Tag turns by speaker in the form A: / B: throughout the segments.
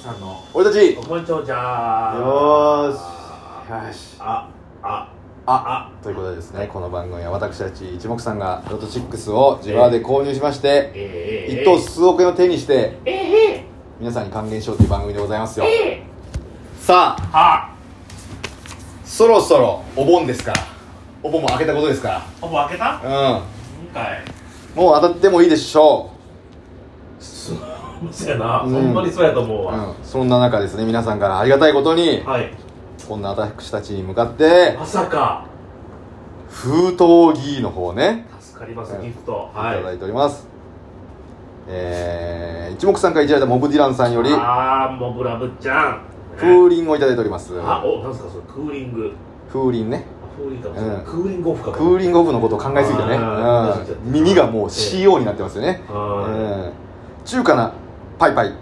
A: さんの
B: 俺たちよ
A: ごちそうじゃー
B: ーしよし
A: ああ
B: ああということでですねこの番組は私たち一目さんがロト6を自腹で購入しまして
A: え
B: 一等数億円を手にして
A: えええ
B: 皆さんに還元しようという番組でございますよ
A: ええ
B: さあ
A: あ
B: そろそろお盆ですからお盆も明けたことですか
A: おぼ開けた
B: らうん
A: 今回
B: もう当たってもいいでしょ
A: そうやな、
B: うん
A: ほんまにそうやと思う
B: う、
A: わ、
B: うん、そんな中ですね皆さんからありがたいことに
A: はい
B: こんな私たちに向かって
A: まさか
B: 封筒ギーの方ね
A: 助かります、
B: うん
A: ギフト
B: いた
A: は
B: だ
A: い
B: いております、えー、一目散からいただいたモブディランさんより
A: ああもうブラブちゃん、
B: 風鈴をいただいております
A: あおなんすかそれクーリング
B: 風鈴ね
A: あ風鈴かもしれない、
B: うん
A: クーリングオフか
B: クーリングオフのことを考えすぎてね、
A: あー
B: うん、耳がもう CO になってますよね、
A: は
B: うん、中華なパイパイ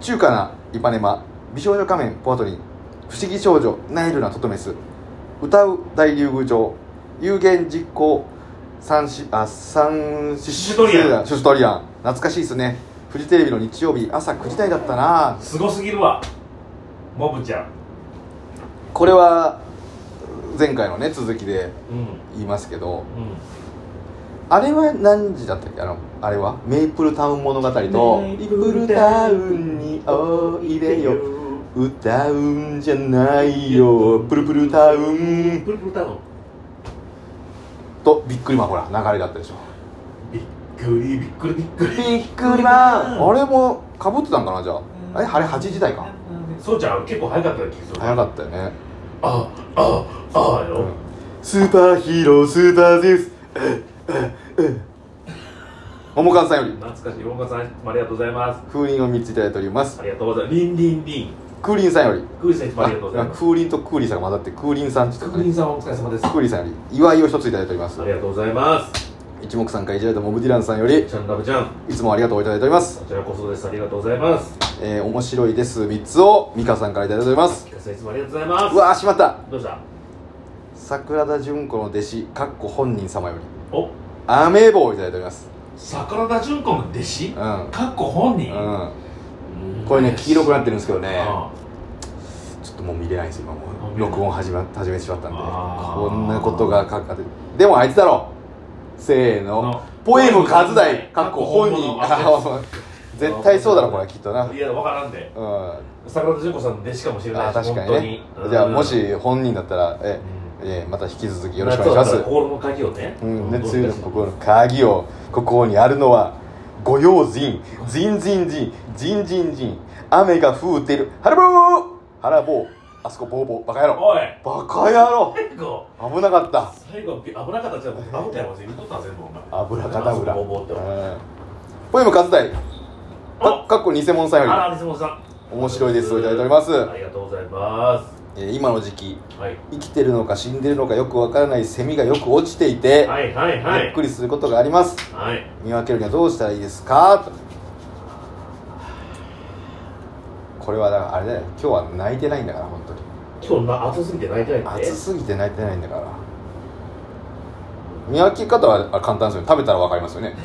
B: 中華なイパネマ美少女仮面ポアトリン不思議少女ナイルなトトメス歌う大竜宮城有言実行三しあ三シ
A: シュトリアン
B: シュトリアン懐かしいですねフジテレビの日曜日朝9時台だったない
A: すごすぎるわモブちゃん
B: これは前回のね続きで
A: うん
B: 言いますけ
A: う
B: ど
A: ん
B: あれは何時だったっけあのあれはメイプルタウン物語と「メイプルタウンにおいでよ」歌うんじゃないよプルプルタウン
A: プルプルタウン
B: とびっくりマンほら流れだったでしょ
A: びっくりびっくりびっくり
B: びっくりマンあれもかぶってたんかなじゃああれあれ8時台か
A: そうちゃん結構早かったよ気がする
B: 早かったよね、
A: ああああよ
B: スーパーヒーロースーパーゼウス桃川さんより
A: 懐かしい大岡さんいつもありがとうございます
B: 風鈴を3ついただいております
A: ありがとうございますリンリンリン
B: クーリンさんより
A: クーリンさんいつもありがとうござい
B: あ
A: ます
B: 風鈴とクーリンさんが混ざってクーリンさんって言
A: クー
B: って
A: リ
B: ね
A: ンさんお疲れ様です
B: クーリンさんより祝いを1ついただいております
A: ありがとうございます
B: 一目散会いただいたモブディランさんより
A: ちゃんラブちゃん
B: いつもありがとうをいただいております
A: こちらこそですありがとうございます
B: えー、面白いです3つを美香さんからいただいております
A: キカさんいつもありがとうございます
B: うわーしまった
A: どうした
B: 桜田淳子の弟子かっこ本人様より
A: お
B: アメーボをいただいております
A: 桜田淳子の弟子
B: うん
A: かっこ本人
B: うんこれね黄色くなってるんですけどねちょっともう見れないんですよ今
A: あ
B: も
A: 見
B: う
A: れない
B: 録音始,、ま、始めてしまったんで
A: あー
B: こんなことがかかってでもあいつだろせーの
A: の
B: ポエム数代
A: か
B: か
A: っ
B: っ
A: こ
B: こ
A: 本
B: 本
A: 人
B: 人あ絶対そうだろこれきっとなうん
A: いや分からんで
B: あ
A: 桜田淳子さんの弟子かもしれない
B: ー
A: し
B: 確か
A: 本
B: に
A: 当
B: ね
A: うん
B: じゃあもし本人だったらえ
A: う
B: えーまた引き続きよろしくお願いし
A: 夏
B: ま
A: はだから
B: す
A: 心の鍵をね
B: うん、で、
A: ど
B: つゆの
A: どう
B: 心の鍵を、ここにあるのは、御用人、じんじんじん、じんじんじん、雨が降ってる、はらぼーはらぼう、あそこぼうぼう、バカ野郎。
A: おい
B: バカ野郎
A: 最後
B: 危なかった。
A: 最後危なかったじゃん危なかったよ全部取った全部お前
B: 油かたぶら。
A: ボボって
B: うんポエム数大、かかっこ偽物さんよ
A: あら西本さん
B: り、面白いですをいただいております。
A: ありがとうございま
B: えー今の時期、
A: すはい
B: 生きてるのか死んでるのかよくわからないセミがよく落ちていて、
A: はいはいは
B: びっ
A: い
B: くりすることがあります。
A: はい
B: 見分けるにはどうしたらいいですかとこれはだからあれだよ今日は泣いてないんだから本当に
A: 今日な暑すぎて泣いてないって
B: 暑すぎて泣いてないんだから見分け方は簡単ですよね食べたら分かりますよね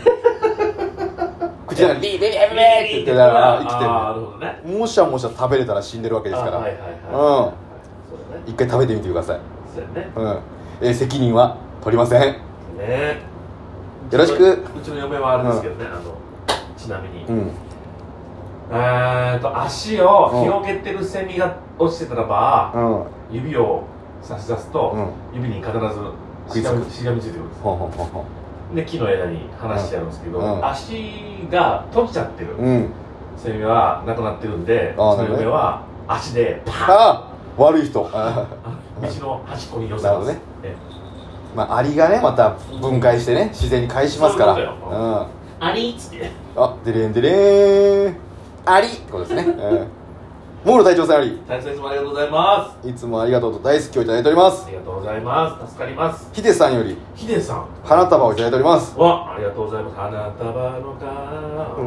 B: 口の中でビービービービーって言ってたらあ生きてる
A: あーなるほどね
B: もしゃもしゃ食べれたら死んでるわけですか
A: あはい
B: ら
A: はいはい
B: うん
A: そうだね
B: 一回食べてみてください、
A: そうやね
B: うんえー責任は取りません
A: ね
B: よろしく
A: うちの嫁はあれですけどね、あのちなみに、
B: う
A: え
B: ん
A: ーっと足を広げてるセミが落ちてたらば、
B: うん
A: 指を差し出す
B: う
A: と、
B: ん
A: 指に必
B: 食
A: ず
B: い
A: し
B: つ
A: が
B: く
A: みしがみついてくるんです
B: ほんほんほんほん
A: で木の枝に話してやるんですけど、
B: うん
A: 足が閉じちゃってる、
B: うん
A: セミはなくなってるんでうち
B: あー
A: の嫁は足でパ
B: ああ悪い人あー
A: 道の端っこに寄せます
B: なるほ
A: え
B: まあ、アリがねまた分解してね自然に返しますから
A: そういうことよえありっつって
B: うん、あデレンデレーンアリってことですね、うん、モール隊長さんよ
A: 大切にありがとうございま
B: りいつもありがとうと大好きをいただいております
A: あ
B: す
A: りがとうございます助かります
B: ヒデさんより
A: ヒデさん
B: 花束をいただいております
A: わありがとうございます花束のか
B: う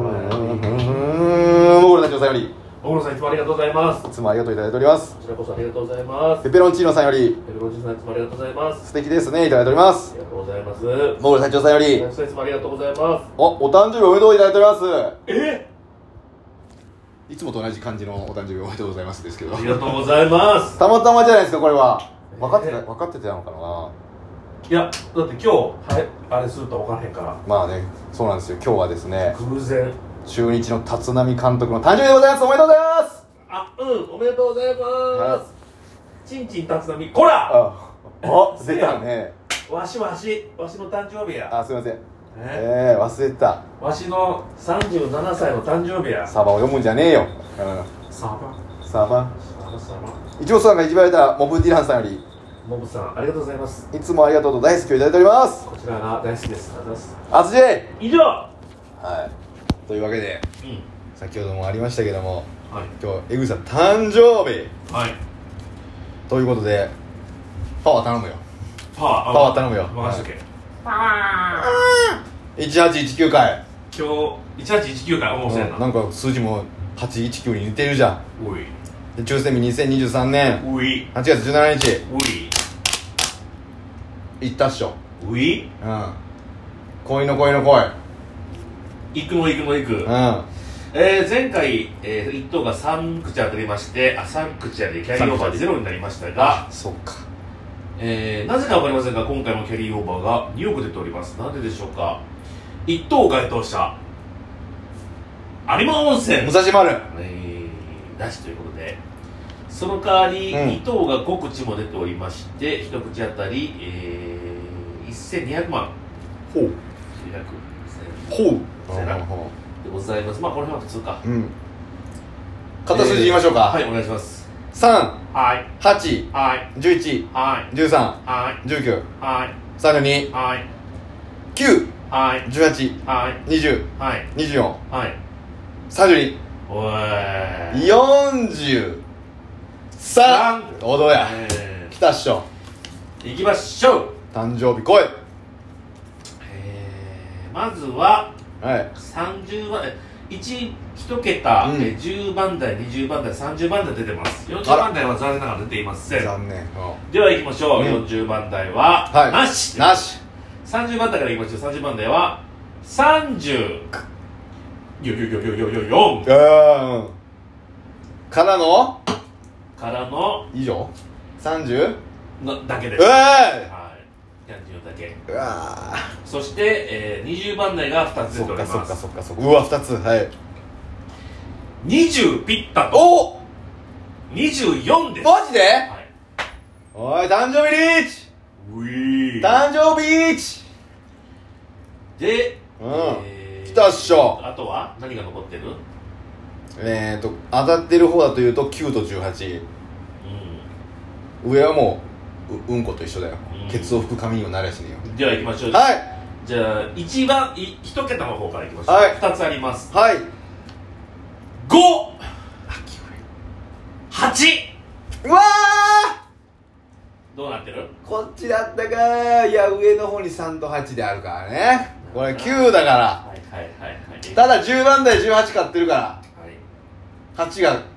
B: ーんモール隊長さんよりい
A: 小野さんいつもありがとうございますこ
B: つもありがとういただいております
A: ちらこそありがとうございます
B: ペペロンチーノさんより
A: ペルロジさんいつもありがとうございます
B: 素敵ですねいただいておりま
A: あ
B: す
A: りがとうございます小
B: モール隊長さんより
A: 野さんいつもありがとうございます
B: おお誕生日おめでとういただいております
A: え
B: いつもと同じ感じのお誕生日おめでとうございますですけど
A: ありがとうございます
B: たまたまじゃないですかこれは分かってた
A: えー
B: 分かってたのかない
A: やだって今日はいあれすると分からへんから
B: まあねそうなんですよ今日はですね
A: 偶然
B: 中日の立浪監督の誕生日でございますおめでとうございます
A: あうんおめでとうございますちんちん立つ波こら
B: ああ出たね
A: わしわしわしの誕生日や
B: あすいません
A: ね
B: えー、忘れてた
A: わしの37歳の誕生日や
B: サバを読むんじゃねえよ、
A: サバ
B: うん、サ
A: サ
B: バ
A: バサバ
B: 一応さんがいじめられたモブディランさんよ
A: モブさんありがとうございます
B: りいつもありがとうと大好きをいただいております
A: こちらが大好きですありがとうございます
B: あつじ
A: 以上
B: はいというわけで
A: うん
B: 先ほどもありましたけども
A: はい
B: 今日エグさん誕生日
A: はい
B: ということでパワー頼むよ
A: パワー
B: パワー頼むよ
A: 任しとけパワー
B: 1819回
A: 今日1819回面白いな、
B: なんか数字も819に似てるじゃ
A: おい
B: んで抽選日2023年
A: おい
B: 8月17日
A: おい
B: 行ったっしょ
A: おい
B: うん恋の恋の恋
A: 行くの行くの行く、
B: うん
A: えー、前回、えー、1等が3口当たりましてあ3口当たりキャリーオーバーでゼロになりましたが、
B: そっか
A: えー、なぜかわかりませんが今回もキャリーオーバーが2億出ておりますなんででしょうか1等該当者有馬温泉
B: 武蔵丸
A: えー、なしということでその代わり、
B: うん
A: 2等が5口も出ておりまして1口当たり、えー、1200万
B: ほう
A: 900
B: ほう
A: せやなでございますまあこの辺は普通か
B: うん片筋言いましょうか、
A: はいお願いしますはいはいはいはいはいはいはいはい
B: 381111918202432
A: はいはいおい
B: さあ王道や
A: え
B: 来たっしょ
A: ー行きましょう
B: 誕生日来い
A: えー、まずは
B: はい
A: 30番え一一桁、
B: うん
A: えー10番台20番台30番台出てます40
B: あら
A: 番台は残念ながら出ていません
B: 残念
A: では行きましょう、
B: うん
A: 40番台は、
B: はい
A: なし
B: なし
A: 30番台からいきましょう30番台は30よよよよよよよ
B: うんからの
A: からの
B: 以上 30?
A: のだけで
B: う
A: すは
B: わ
A: い30だけ
B: ーうわー
A: そして、えー、20番台が2つ出
B: そ
A: て
B: っ
A: お
B: か
A: り
B: そ
A: ま
B: っか
A: す
B: そっかそっかうわ2つはい
A: 20ピッタと
B: お
A: 24です
B: マジで
A: はい
B: おい誕生日リーチ
A: うぃー
B: 誕生日リーチ
A: で、
B: うん
A: えー
B: 来たっしょ
A: あとは何が残ってる
B: えーと当たってる方だというと9と18上はもうううんこと一緒だよ
A: うん
B: ケツを拭く髪にもならしねえよ
A: うんでは行きましょう、
B: はい
A: じゃあ一番い一桁の方からいきましょう、
B: はい
A: 2つあります
B: はい
A: 58
B: うわ
A: どうなってる
B: ーこっちだったかーいや上の方に3と8であるからねこれ9だから
A: はいはいはいはい
B: ただ10番台18買ってるか
A: はい
B: ら8が被る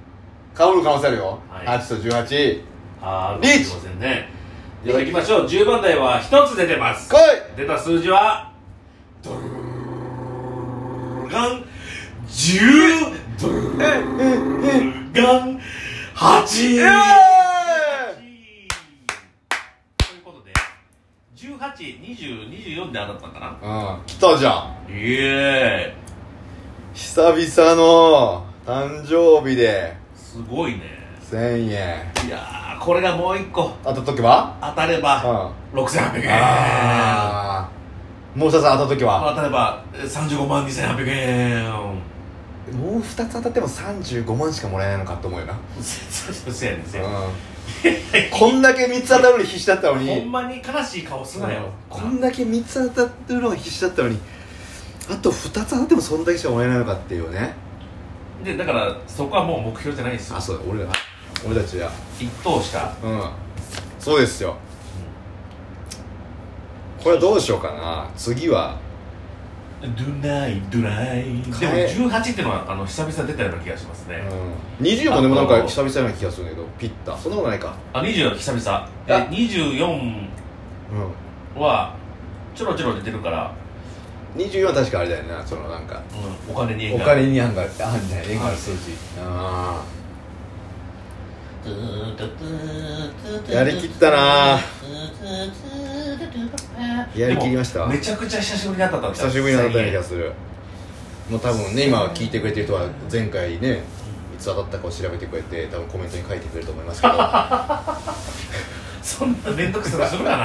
B: 可能性あるよ、
A: はい
B: 8と18来い
A: あー
B: リーチ
A: すいませんねでは行きましょう10番台は1つ出てます出た数字はドルーガン10ドルーガン8
B: イエーイ
A: ということで182024で当たったんかな
B: うん来たじゃん
A: イエーイ
B: 久々の誕生日です
A: ごいね
B: 1000円
A: いやーこれがもう一個
B: 当たっとけば
A: 当たれ
B: うん
A: ば6800円
B: あーもう一つ当たっとけば
A: 当たれば35万2800円
B: もう二つ当たっても35万しかもらえないのかと思うよな、
A: そうやねんせやねん
B: うん、こんだけ3つ当たるのに必死だったの
A: ほん
B: に
A: まに悲しい顔すなよ
B: こんだけ3つ当たってるのが必死だったのにあと2つ当たってもそんだけしかもらえないのかっていうね
A: でだからそこはもう目標じゃないんですよ
B: あそうだ俺ら俺たちや
A: 一等した
B: うんそうですよこれはどうしようかな次は
A: ドゥナイドゥナイで
B: 変え
A: も18っていうのはあの久々出たような気がしますね、
B: うん、20もでもなんか久々な気がするんだけどピッタそんなことないか
A: あ20は久々え
B: あ
A: 24
B: うん
A: はちょろちょろ出てるから
B: 24は確かあれだよなそのなんか
A: お金に縁
B: お
A: がある
B: 金にあんがあんだよ縁がある数字ああやりきったなやりきりました
A: でもめちゃくちゃ久しぶりに会ったんだ
B: 久しぶりに当たったような気がするもう多分ね今聞いてくれてる人は前回ねいつ当たったかを調べてくれて多分コメントに書いてくれると思いますけど
A: そんな面倒くさく するかな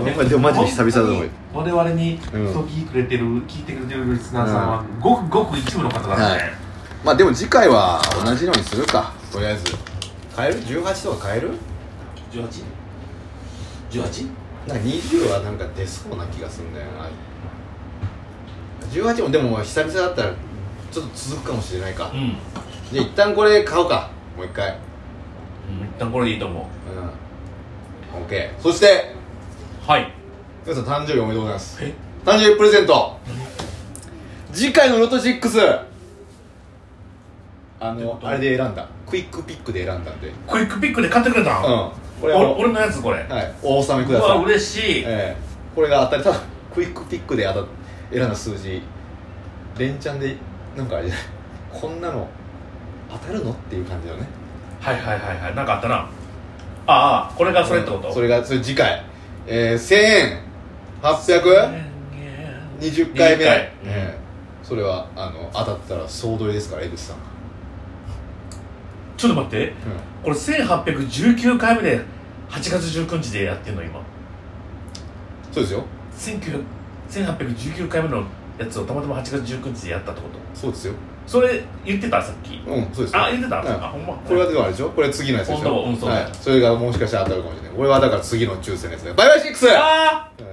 B: やっぱりでもマジで久々だと思う
A: 本当に我々に時くれてる、聞いてくれてるリスナーさんはごくごく一部の方だからね、
B: はいまあでも次回は同じのにするかとりあえず変える18とか変える
A: 18?18?
B: なんか20はなんか出そうな気がするんだよな18もでも久々だったらちょっと続くかもしれないか
A: うん、
B: じゃあ一旦これ買おうかもう一回
A: うん、一旦これでいいと思
B: うん OK そして
A: うはい
B: 皆さん誕生日おめでとうございます
A: え
B: 誕生日プレゼント次回のロト6あのあれで選んだクイックピックで選んだんでうん
A: クイックピックで買ってくれたの、
B: これ
A: 俺
B: を
A: 俺のやつこれ
B: はいお納めく
A: う
B: ださ
A: わ
B: い
A: 嬉しい、
B: ええこれが当たりただクイックピックで当た選んだ数字連チャンでなんかあれじゃないこんなの当たるのっていう感じだよね
A: はいはいはいはいなんかあったなああこれがそれってこと、
B: それがそれ次回、えー、1820回目、
A: 20回
B: ええそれはあの当たったら総取りですから江口さんが、
A: ちょっと待って
B: う
A: これ1819回目で8月19日でやってんの今
B: ん、そうですよ
A: 1900 1819回目のやつをたまたま8月19日でやったってこと
B: そうですよ
A: それ言ってたさっき
B: うんそうですよ
A: あ言ってた、
B: うん
A: あほんま
B: これはでもあれでしょこれ次のやつでし
A: 今度
B: ょ、
A: はうんそう
B: はい、それがもしかしたら当たるかもしれない俺はだから次の抽選のやつだよバイバイシックス
A: ああ
B: うん